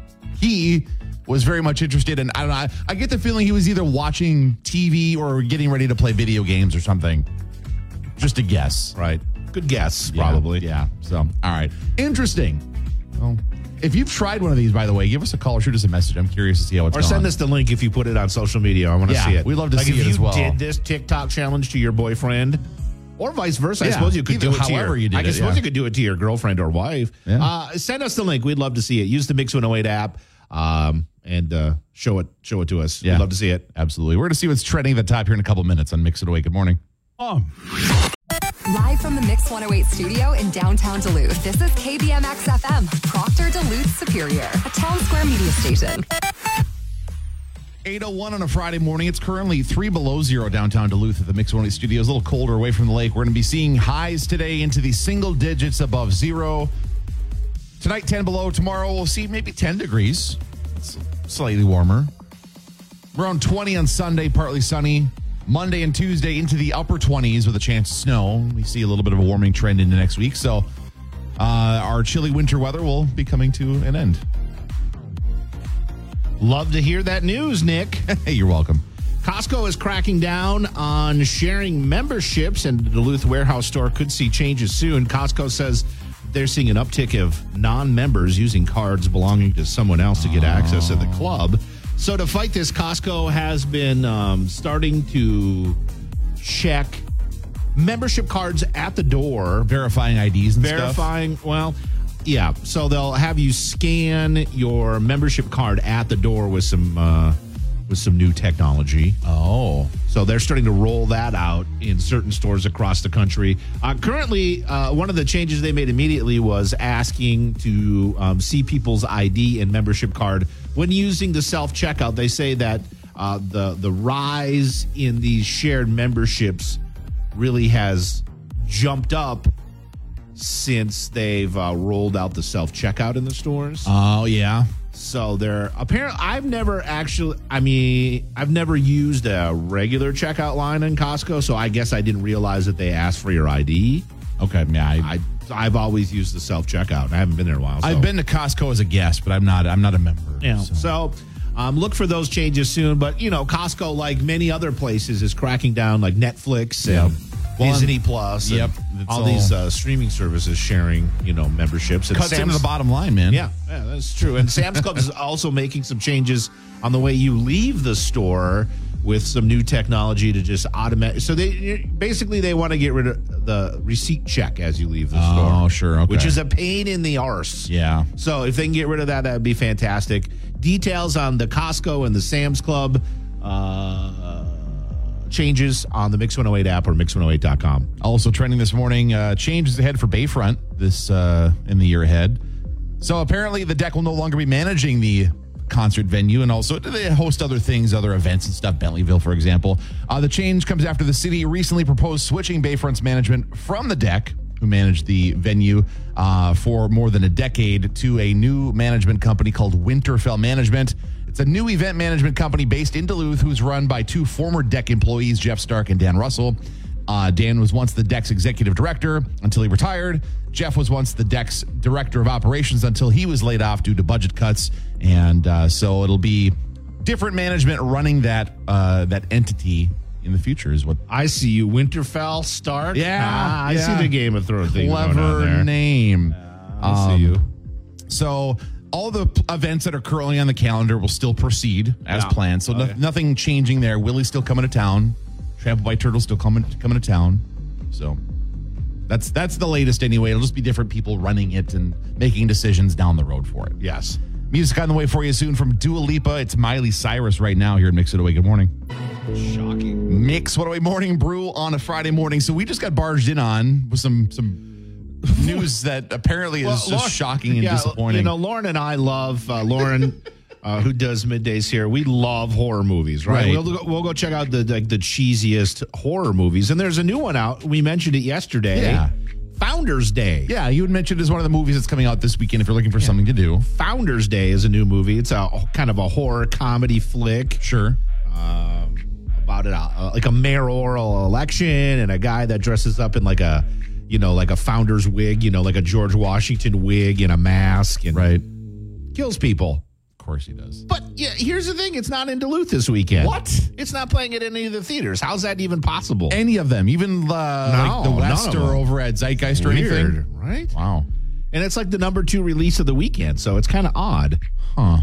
B: he was very much interested. And I don't know. I, I get the feeling he was either watching TV or getting ready to play video games or something. Just a guess.
C: right. Good guess,
B: Yeah,
C: probably.
B: Yeah. So. All right. Interesting. Well, if you've tried one of these, by the way, give us a call or shoot us a message. I'm curious to see how it's
C: Or
B: gone.
C: send us the link if you put it on social media. I want to
B: Yeah,
C: see it.
B: we'd love to
C: Like,
B: see
C: if
B: it
C: you
B: as well.
C: Did this TikTok challenge to your boyfriend, or vice versa? I
B: Yeah,
C: suppose you could
B: either-
C: do it.
B: however
C: to your,
B: you did
C: I
B: it,
C: suppose
B: yeah.
C: you could do it to your girlfriend or wife.
B: Yeah.
C: Uh, send us the link. We'd love to see it. Use the Mix 108 app um, and uh, show it. Show it to us.
B: Yeah.
C: We'd love to see it.
B: Absolutely. We're going to see what's trending at the top here in a couple minutes on Mix It Away. Good morning.
G: Live from the Mix 108 studio in downtown Duluth, this is KBMX FM, Proctor Duluth Superior, a town square media station.
B: 801 on a Friday morning. It's currently three below zero downtown Duluth at the Mix One Studios. A little colder away from the lake. We're going to be seeing highs today into the single digits above zero. Tonight, 10 below. Tomorrow, we'll see maybe 10 degrees. It's slightly warmer. Around 20 on Sunday, partly sunny. Monday and Tuesday into the upper 20s with a chance of snow. We see a little bit of a warming trend into next week. So uh, our chilly winter weather will be coming to an end.
C: Love to hear that news, Nick.
B: Hey, you're welcome.
C: Costco is cracking down on sharing memberships, and the Duluth warehouse store could see changes soon. Costco says they're seeing an uptick of non members using cards belonging to someone else to get access to the club. So, to fight this, Costco has been um, starting to check membership cards at the door
B: Verifying IDs and stuff.
C: verifying well yeah so they'll have you scan your membership card at the door with some uh with some new technology
B: Oh.
C: so they're starting to roll that out in certain stores across the country uh, currently uh, one of the changes they made immediately was asking to um, see people's id and membership card when using the self-checkout they say that uh, the the rise in these shared memberships really has jumped up since they've uh, rolled out the self checkout in the stores.
B: Oh yeah.
C: so they're apparently, I've never actually, I mean, I've never used a regular checkout line in Costco, so I guess I didn't realize that they asked for your ID.
B: Okay. Yeah. I,
C: I, I've always used the self checkout. I haven't been there in a while. So.
B: I've been to Costco as a guest, but I'm not. I'm not a member.
C: Yeah.
B: so.
C: So, um, look for those changes soon. But you know, Costco, like many other places, is cracking down, like Netflix
B: Yeah.
C: and
B: Well, and-
C: Disney Plus. and
B: Yep, it's
C: all, these
B: all-
C: uh, streaming services sharing, you know, memberships. And
B: cuts into
C: Sam's-
B: the bottom line, man.
C: Yeah, yeah, that's true. And Sam's Club is also making some changes on the way you leave the store with some new technology to just automate. So they basically they want to get rid of the receipt check as you leave the store.
B: Oh, sure, okay.
C: Which is a pain in the arse.
B: Yeah.
C: So if they can get rid of that, that would be fantastic. Details on the Costco and the Sam's Club uh, changes on the Mix 108 app or mix108.com.
B: Also trending this morning, uh, changes ahead for Bayfront this uh, in the year ahead. So apparently, the deck will no longer be managing the concert venue, and also they host other things, other events and stuff. Bentleyville, for example. Uh, the change comes after the city recently proposed switching Bayfront's management from the deck, who managed the venue uh, for more than a decade, to a new management company called Winterfell Management. It's a new event management company based in Duluth, who's run by two former deck employees, Jeff Stark and Dan Russell. Uh, Dan was once the Dex executive director until he retired. Jeff was once the Dex director of operations until he was laid off due to budget cuts. And uh, so it'll be different management running that uh, that entity in the future is what
C: I see you, Winterfell Stark.
B: Yeah,
C: Ah, I
B: yeah.
C: see the Game of Thrones thing. going on
B: clever
C: there.
B: name.
C: I
B: Um,
C: see you.
B: So all the p- events that are currently on the calendar will still proceed as
C: Yeah.
B: planned. So no- nothing changing there. Willie's still coming to town. Trampled by Turtle's still coming coming to town. So that's that's the latest anyway. It'll just be different people running it and making decisions down the road for it.
C: Yes.
B: Music on the way for you soon from Dua Lipa. It's Miley Cyrus right now here at Mix It Away. Good morning. Shocking. Mix What Away Morning Brew on a Friday morning. So we just got barged in on with some some news that apparently is
C: Well,
B: just
C: Lauren-
B: shocking and
C: yeah,
B: disappointing.
C: You know, Lauren and I love uh, Lauren, [LAUGHS] uh, who does middays here. We love horror movies, right?
B: Right.
C: We'll, go, we'll go check out the like the cheesiest horror movies, and there's a new one out. We mentioned it yesterday.
B: Yeah.
C: Founders Day.
B: yeah, you had mentioned it as one of the movies that's coming out this weekend if you're looking for something to do.
C: Founders Day is a new movie. It's a kind of a horror comedy flick.
B: Sure.
C: um, about it, uh, like a mayoral election and a guy that dresses up in like a, you know, like a founder's wig, you know, like a George Washington wig and a mask and
B: Right.
C: kills people.
B: Of course he does.
C: But yeah, here's the thing: it's not in Duluth this weekend.
B: What?
C: It's not playing at any of the theaters. How's that even possible?
B: Any of them, even uh, like the
C: none of
B: West
C: them.
B: or over at Zeitgeist
C: Weird,
B: or anything.
C: right?
B: Wow.
C: And it's like the number two release of the weekend, so it's kind of odd, huh?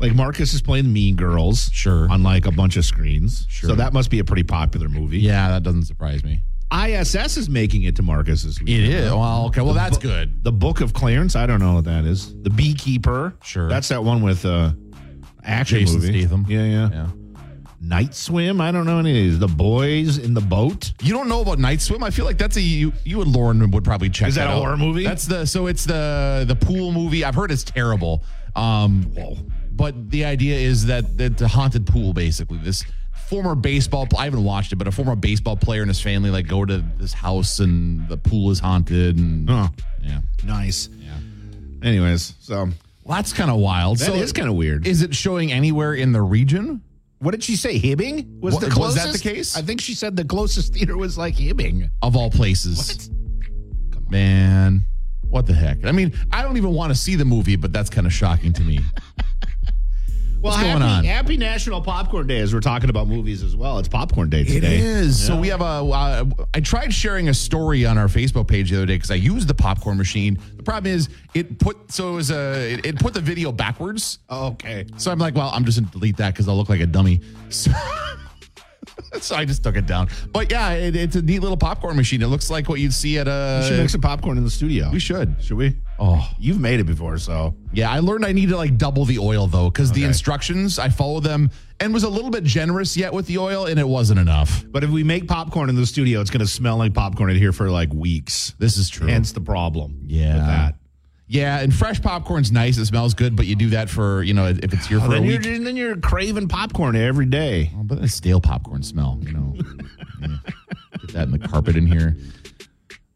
C: Like Marcus is playing Mean Girls,
B: Sure.
C: on like a bunch of screens.
B: Sure.
C: So that must be a pretty popular movie.
B: Yeah, that doesn't surprise me.
C: ISS is making it to Marcus this week.
B: It is. Well, okay. Well, that's
C: bu-
B: good.
C: The Book of Clarence. I don't know what that is. The Beekeeper.
B: Sure.
C: That's that one with uh, action
B: Jason
C: movie.
B: Statham.
C: Yeah, yeah,
B: Yeah.
C: Night Swim. I don't know any of these. The Boys in the Boat.
B: You don't know about Night Swim? I feel like that's a you you and Lauren would probably check.
C: Is that a
B: out.
C: horror movie?
B: That's the so it's the the pool movie. I've heard it's terrible. Um, but the idea is that that the haunted pool basically this former baseball. pl- I haven't watched it, but a former baseball player and his family like go to this house and the pool is haunted and
C: Oh,
B: yeah,
C: nice. Yeah. Anyways, so
B: well, that's kind of wild.
C: that is
B: so
C: kind of weird.
B: Is it showing anywhere in the region?
C: what did she say? Hibbing was
B: What-
C: the
B: was
C: closest.
B: that the case?
C: I think she said the closest theater was like Hibbing.
B: of all places. Man,
C: [LAUGHS]
B: what the heck? I mean, I don't even want to see the movie, but that's kind of shocking to me.
C: Well,
B: What's
C: happy,
B: going on?
C: Happy National Popcorn Day as we're talking about movies as well. It's Popcorn Day today.
B: It is. So we have a. Uh, I tried sharing a story on our Facebook page the other day because I used the popcorn machine. The problem is it put so it was a it, it put the video backwards.
C: Okay.
B: So I'm like, well, I'm just gonna delete that because I'll look like a dummy. [LAUGHS] So, so I just took it down. But yeah, it, it's a neat little popcorn machine. It looks like what you'd see at a.
C: We should make some popcorn in the studio.
B: we should.
C: Should Uh, we?
B: Oh.
C: You've made it before, so.
B: Yeah, I learned I need to like double the oil though, because the
C: Okay.
B: instructions I follow them and was a little bit generous yet with the oil, and it wasn't enough.
C: But if we make popcorn in the studio, it's going to smell like popcorn in here for like weeks.
B: This is true.
C: Hence the problem.
B: Yeah.
C: With that.
B: Yeah, and fresh popcorn's nice. It smells good, but you do that for Oh, you know if it's here for a
C: then, you're,
B: week.
C: then you're craving popcorn every day.
B: Oh, but it's stale popcorn smell, you [LAUGHS] know. Yeah. Get that in the carpet in here.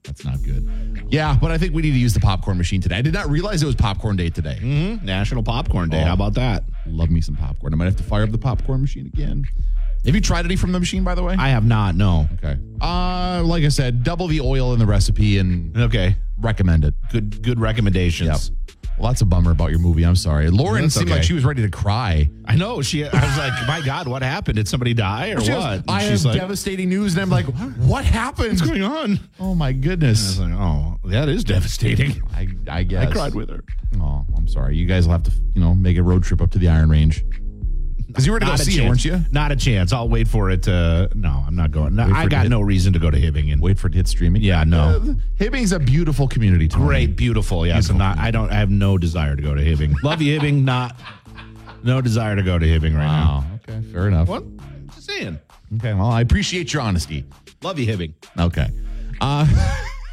B: That's not good. Yeah, but I think we need to use the popcorn machine today. I did not realize it was popcorn day today.
C: National Popcorn Day.
B: Oh.
C: How about that?
B: Love me some popcorn. I might have to fire up the popcorn machine again. Have you tried any from the machine, by the way?
C: I have not. No.
B: okay. Uh, like I said, double the oil in the recipe and
C: Okay.
B: recommend it.
C: Good. Good recommendations.
B: Well, that's a bummer about your movie. I'm sorry. Lauren
C: That's
B: seemed like
C: okay.
B: she was ready to cry.
C: I know. She. I was like, my God, what happened? Did somebody die or
B: She goes,
C: what? And
B: I have
C: she's like,
B: devastating news, and I'm like, what happened?
C: what's going on?
B: Oh my
C: I
B: goodness.
C: was like, oh, that is devastating.
B: I, I guess.
C: I [LAUGHS] cried with her.
B: Oh, I'm sorry. You guys will have to, you know, make a road trip up to the Iron Range. Because you were to go
C: Not a
B: see it,
C: chance.
B: weren't you?
C: Not a chance. I'll wait for it to. No, I'm not going. No,
B: Wait for
C: I
B: it to
C: got
B: hit.
C: no reason to go to Hibbingen.
B: Wait for it to hit streaming.
C: Yeah, no.
B: Uh, Hibbing's a beautiful community. Tony.
C: Great, beautiful. Yes, I'm not. I don't. I have no desire to go to [LAUGHS] Hibbing. Love you, Hibbing. Not. No desire to go to Hibbing right
B: Wow.
C: now.
B: Okay. Fair enough.
C: What? Just saying.
B: Okay. Well, I appreciate your honesty.
C: Love you, Hibbing.
B: Okay. Uh,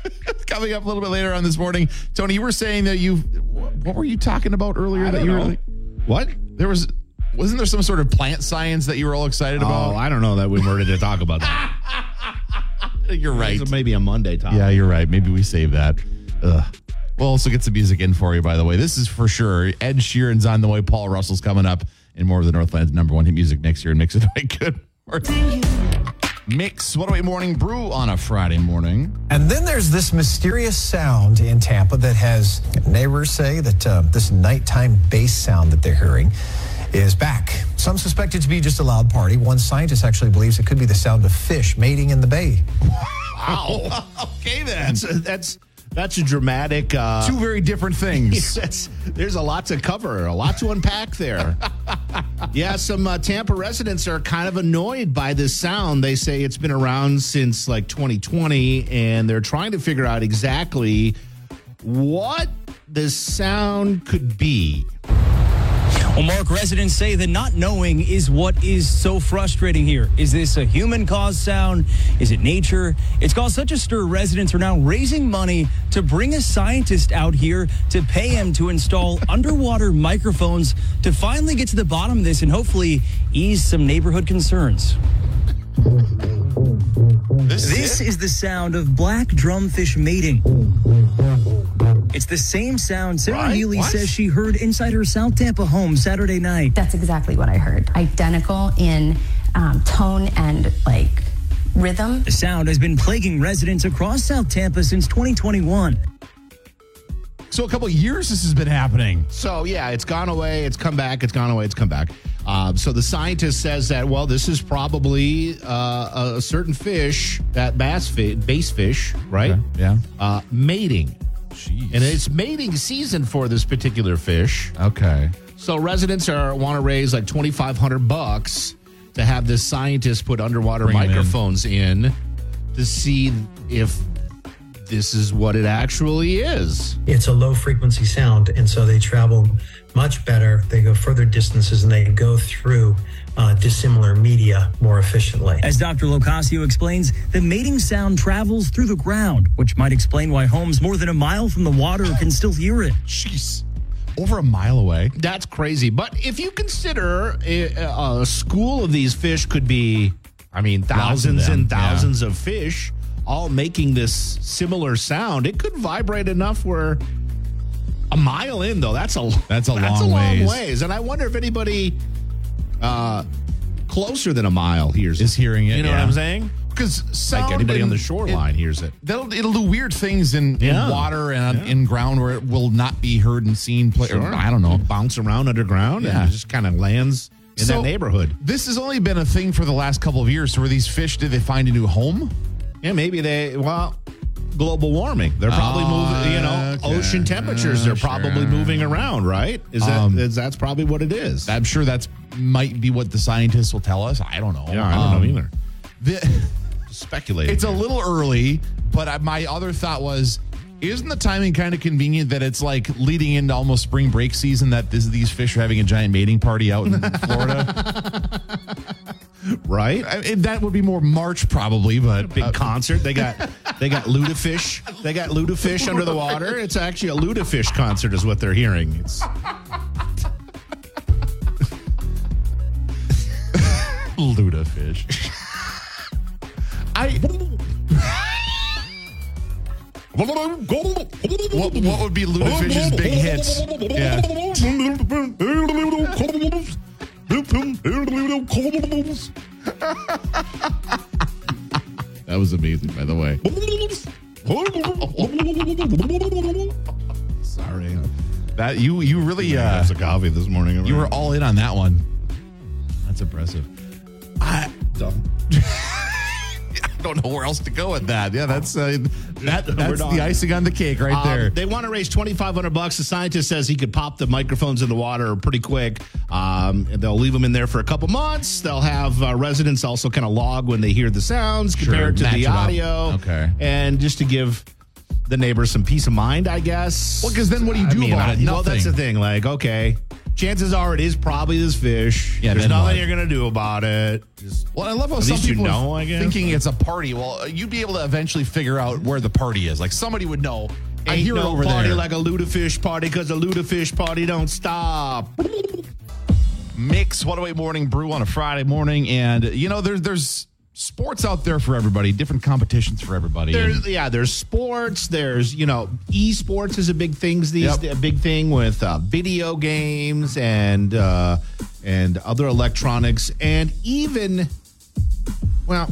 B: [LAUGHS] coming up a little bit later on this morning, Tony, you were saying that you. What were you talking about earlier?
C: I
B: that
C: don't
B: you were
C: know.
B: like,
C: What?
B: there was. Wasn't there some sort of plant science that you were all excited
C: Oh,
B: about?
C: I don't know that we were to talk about that.
B: You're right.
C: It's maybe a Monday topic. [LAUGHS]
B: [LAUGHS] Yeah, you're right. Maybe we save that. Ugh. We'll also get some music in for you, by the way. This is for sure. Ed Sheeran's on the way. Paul Russell's coming up, and more of the Northland's number one hit music next year. Mix it right [LAUGHS] good. morning. Mix what away morning brew on a Friday morning. [LAUGHS]
J: And then there's this mysterious sound in Tampa that has neighbors say that uh, this nighttime bass sound that they're hearing is back. Some suspect it to be just a loud party. One scientist actually believes it could be the sound of fish mating in the bay.
B: Wow. okay then.
C: That's that's that's a dramatic. Uh,
B: Two very
J: [LAUGHS]
B: different
C: [LAUGHS]
B: things.
C: That's, there's a lot to cover, a lot to unpack there. yeah, some uh, Tampa residents are kind of annoyed by this sound. They say it's been around since like 2020, and they're trying to figure out exactly what this sound could be.
K: Well, Mark, residents say that not knowing is what is so frustrating here. Is this a human caused sound? Is it nature? It's caused such a stir. Residents are now raising money to bring a scientist out here to pay him to install [LAUGHS] underwater microphones to finally get to the bottom of this and hopefully ease some neighborhood concerns.
B: This,
K: This is the sound of black drumfish mating. It's the same sound Sarah
B: Right?
K: Healy
B: What?
K: says she heard inside her South Tampa home Saturday night.
E: That's exactly what I heard. Identical in um, tone and like rhythm.
K: The sound has been plaguing residents across South Tampa since 2021.
B: So a couple of years this has been happening.
C: So yeah, it's gone away. It's come back. It's gone away. It's come back. Um, so the scientist says that well, this is probably uh, a certain fish, that bass fi- bass fish, right?
B: Okay, yeah.
C: Uh, mating,
B: Jeez.
C: and it's mating season for this particular fish.
B: okay.
C: So residents are want to raise like twenty five hundred bucks to have this scientist put underwater
B: Bring 'em in.
C: microphones in. to see if this is what it actually is.
J: It's a low frequency sound, and so they travel much better. They go further distances and they go through uh, dissimilar media more efficiently.
K: As Dr. Locasio explains, the mating sound travels through the ground, which might explain why homes more than a mile from the water can still hear it.
B: Jeez. Over a mile away.
C: That's crazy. But if you consider uh, a, a school of these fish could be, I mean, thousands
B: them,
C: and
B: yeah.
C: thousands of fish all making this similar sound, it could vibrate enough where a mile in, though, that's a
B: That's a
C: that's
B: long
C: a long
B: ways.
C: ways. And I wonder if anybody uh, closer than a mile hears
B: Is hearing it,
C: You know
B: yeah.
C: what I'm saying?
B: because sound
C: like anybody on
B: and-
C: the shoreline hears it.
B: That'll it'll do weird things in, in
C: Yeah.
B: water and on in ground where it will not be heard and seen. Play,
C: Sure.
B: I don't know,
C: bounce around underground and it just kind of lands in that neighborhood.
B: This has only been a thing for the last couple of years. So, were these fish? Did they find a new home?
C: Yeah, maybe they. Well, global warming. They're probably moving. You know,
B: Ah, okay.
C: ocean temperatures. They're probably
B: Sure.
C: moving around, right? Is that
B: Um,
C: is, that's probably what it is?
B: I'm sure that's might be what the scientists will tell us. I don't know.
C: yeah, I don't
B: Um,
C: know either.
B: The, [LAUGHS]
C: Speculating.
B: it's a little early, but I, my other thought was. Isn't the timing kind of convenient that it's like leading into almost spring break season that this, these fish are having a giant mating party out in Florida?
C: [LAUGHS] right.
B: I mean, that would be more March probably, but uh,
C: Big concert. They got they got lutefish. They got lutefish under the water. It's actually a lutefish concert, is what they're hearing. It's
B: [LAUGHS] lutefish. I. What, what would be Ludafish's big hits? Yeah.
C: that was amazing, by the way. Sorry,
B: That you you really uh,
C: Zagavi this morning.
B: you were all in on that one. That's impressive. I
C: dumb.
B: I don't know where else to [LAUGHS] go with that. Yeah, that's uh, that
C: We're
B: that's
C: done.
B: the icing on the cake right
C: Um,
B: there.
C: They want to raise twenty five hundred bucks. The scientist says he could pop the microphones in the water pretty quick. Um, and they'll leave them in there for a couple months. They'll have uh, residents also kind of log when they hear the sounds, compare it to
B: match
C: the
B: it up.
C: audio,
B: Okay.
C: and just to give the neighbors some peace of mind, I guess.
B: Well, 'cause then what do you
C: I
B: do
C: mean,
B: about
C: I-
B: it?
C: Well, that's the
B: Nothing.
C: thing. Like, okay, chances are it is probably this fish.
B: Yeah,
C: there's
B: then
C: nothing
B: what?
C: you're gonna do about it. Just
B: Well, I love how
C: At
B: some
C: least you
B: people
C: know,
B: are
C: I guess.
B: thinking it's a party. Well, you'd be able to eventually figure out where the party is. Like somebody would know. I
C: Ain't
B: hear it
C: no
B: over
C: party
B: there.
C: like a lutefish party because a lutefish party don't stop.
B: mix what away morning brew on a Friday morning, and you know there's there's sports out there for everybody, different competitions for everybody.
C: There's
B: And
C: yeah, there's sports. There's you know, esports is a big things these
B: Yep.
C: a big thing with uh, video games and uh, and other electronics and even well,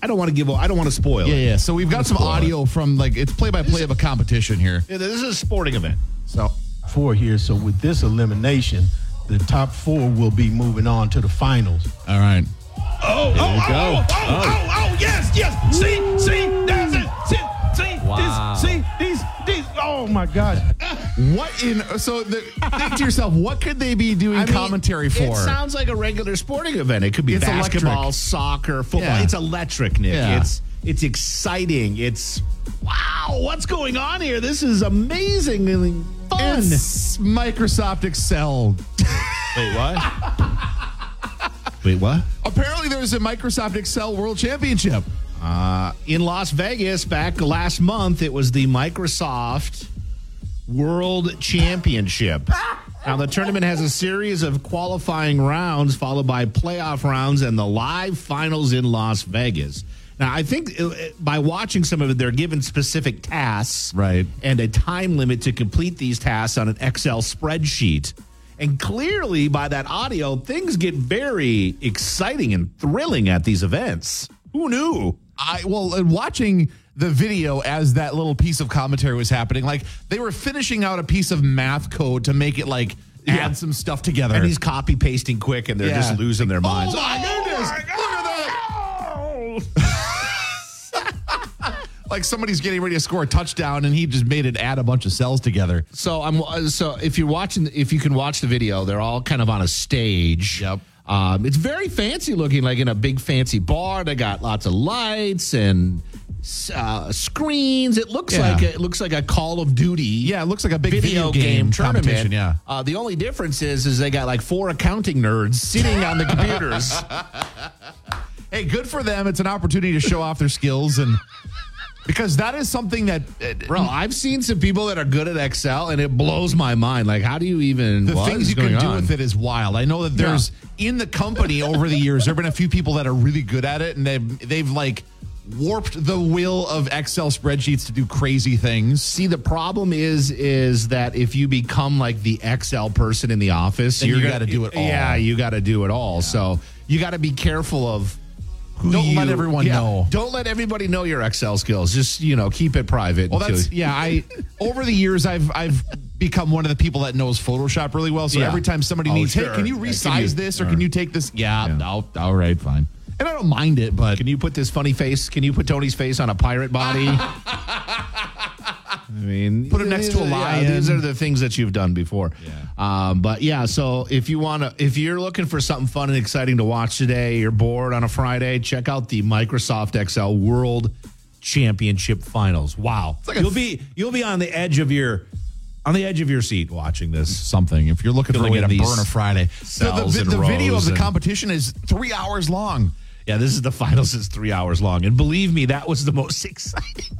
C: I don't want to give I don't want to spoil.
B: yeah,
C: it.
B: yeah. So we've got some audio from like it's play by play of a competition here.
C: Yeah, This is a sporting event.
B: So
L: four here. So with this elimination, the top four will be moving on to the finals.
B: all right,
M: Oh,
L: There
M: oh,
L: we
M: oh,
L: go.
M: oh, oh,
L: Oh.
M: oh, oh, yes, yes. See, see, that's it. See, see,
L: Wow.
M: this, see, these, these. Oh my gosh.
B: what in so the, think to yourself, what could they be doing
C: I mean,
B: commentary for?
C: It sounds like a regular sporting event. It could be
B: It's
C: basketball,
B: electric.
C: soccer, football.
B: Yeah.
C: It's electric, Nick.
B: Yeah.
C: It's it's exciting. It's wow, what's going on here? This is amazing and fun.
B: It's Microsoft Excel.
C: Wait, [LAUGHS] what? Wait, what?
B: Apparently, there's a Microsoft Excel World Championship.
C: Uh, in Las Vegas back last month, it was the Microsoft World Championship. Now, the tournament has a series of qualifying rounds followed by playoff rounds and the live finals in Las Vegas. Now, I think uh, by watching some of it, they're given specific tasks
B: Right.
C: and a time limit to complete these tasks on an Excel spreadsheet. And clearly, by that audio, things get very exciting and thrilling at these events. Who knew?
B: I well, and watching the video as that little piece of commentary was happening, like they were finishing out a piece of math code to make it like add some stuff together.
C: And he's copy pasting quick, and they're
B: Yeah.
C: just losing their minds.
B: oh my goodness! Look at that! [LAUGHS] like somebody's getting ready to score a touchdown, and he just made it add a bunch of cells together.
C: So I'm uh, so if you're watching, if you can watch the video, they're all kind of on a stage.
B: Yep.
C: Um, it's very fancy looking, like in a big fancy bar. They got lots of lights and uh, screens. It looks
B: Yeah.
C: like a, it looks like a Call of Duty.
B: Yeah, it looks like a big video game
C: tournament.
B: competition, yeah.
C: Uh, the only difference is, is they got like four accounting nerds sitting on the
B: [LAUGHS]
C: computers.
B: Hey, good for them. It's an opportunity to show off their skills and. Because that is something that uh,
C: Bro, I've seen some people that are good at Excel, and it blows my mind. Like, how do you even
B: the
C: what
B: things
C: is
B: you can
C: going
B: do
C: on?
B: with it is wild. I know that there's in the company over the years there have been a few people that are really good at it and they've they've like warped the will of Excel spreadsheets to do crazy things.
C: See, the problem is, is that if you become like the XL person in the office,
B: Then you
C: you're
B: gotta
C: gonna-
B: do it all.
C: Yeah, you got to do it all. So you got to be careful of who
B: Don't let
C: you-
B: everyone
C: yeah,
B: know.
C: Don't let everybody know your Excel skills. Just you know, keep it private.
B: Well,
C: until-
B: that's yeah. I over the years, I've I've become one of the people that knows Photoshop really well. So
C: Yeah.
B: every time somebody
C: Oh,
B: needs,
C: sure.
B: hey, can you
C: Yeah, can
B: resize
C: you-
B: this or
C: uh,
B: can you take this? Yeah, I'll, all right, fine. And I don't mind it, but
C: can you put this funny face? Can you put Tony's face on a pirate body? [LAUGHS] I mean,
B: Put him next to a
C: these are- yeah,
B: lion.
C: these are the things that you've done before. Um, but yeah, so if you want to, if you're looking for something fun and exciting to watch today, you're bored on a Friday, check out the Microsoft Excel World Championship Finals. Wow, you'll be you'll be on the edge of your on the edge of your seat watching this.
B: Something if you're looking for a way to burn a Friday. So the,
C: cells
B: vi-
C: and
B: the video
C: rows
B: of the
C: and-
B: competition is three hours long.
C: Yeah, this is the finals. It's three hours long, and believe me, that was the most [LAUGHS] exciting.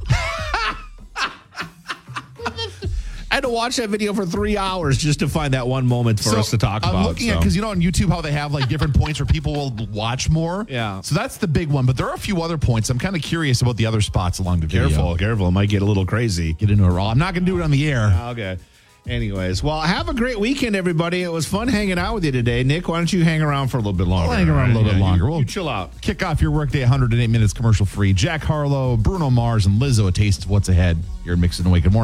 C: I had to watch that video for three hours just to find that one moment for
B: So,
C: us to talk
B: I'm
C: about.
B: looking
C: so.
B: at because you know on YouTube how they have like different points where people will watch more.
C: Yeah.
B: So that's the big one, but there are a few other points. I'm kind of curious about the other spots along the
C: careful,
B: video.
C: careful, it might get a little crazy.
B: Get into a raw. I'm not going to do it on the air.
C: Okay. Anyways, well, have a great weekend, everybody. It was fun hanging out with you today, Nick. Why don't you hang around for a little bit longer?
B: I'll hang around a little
C: Yeah,
B: bit
C: you-
B: longer.
C: You,
B: We'll
C: chill out.
B: Kick off your workday 108 minutes commercial free. Jack Harlow, Bruno Mars, and Lizzo. A taste of what's ahead. You're mixing away. Good morning.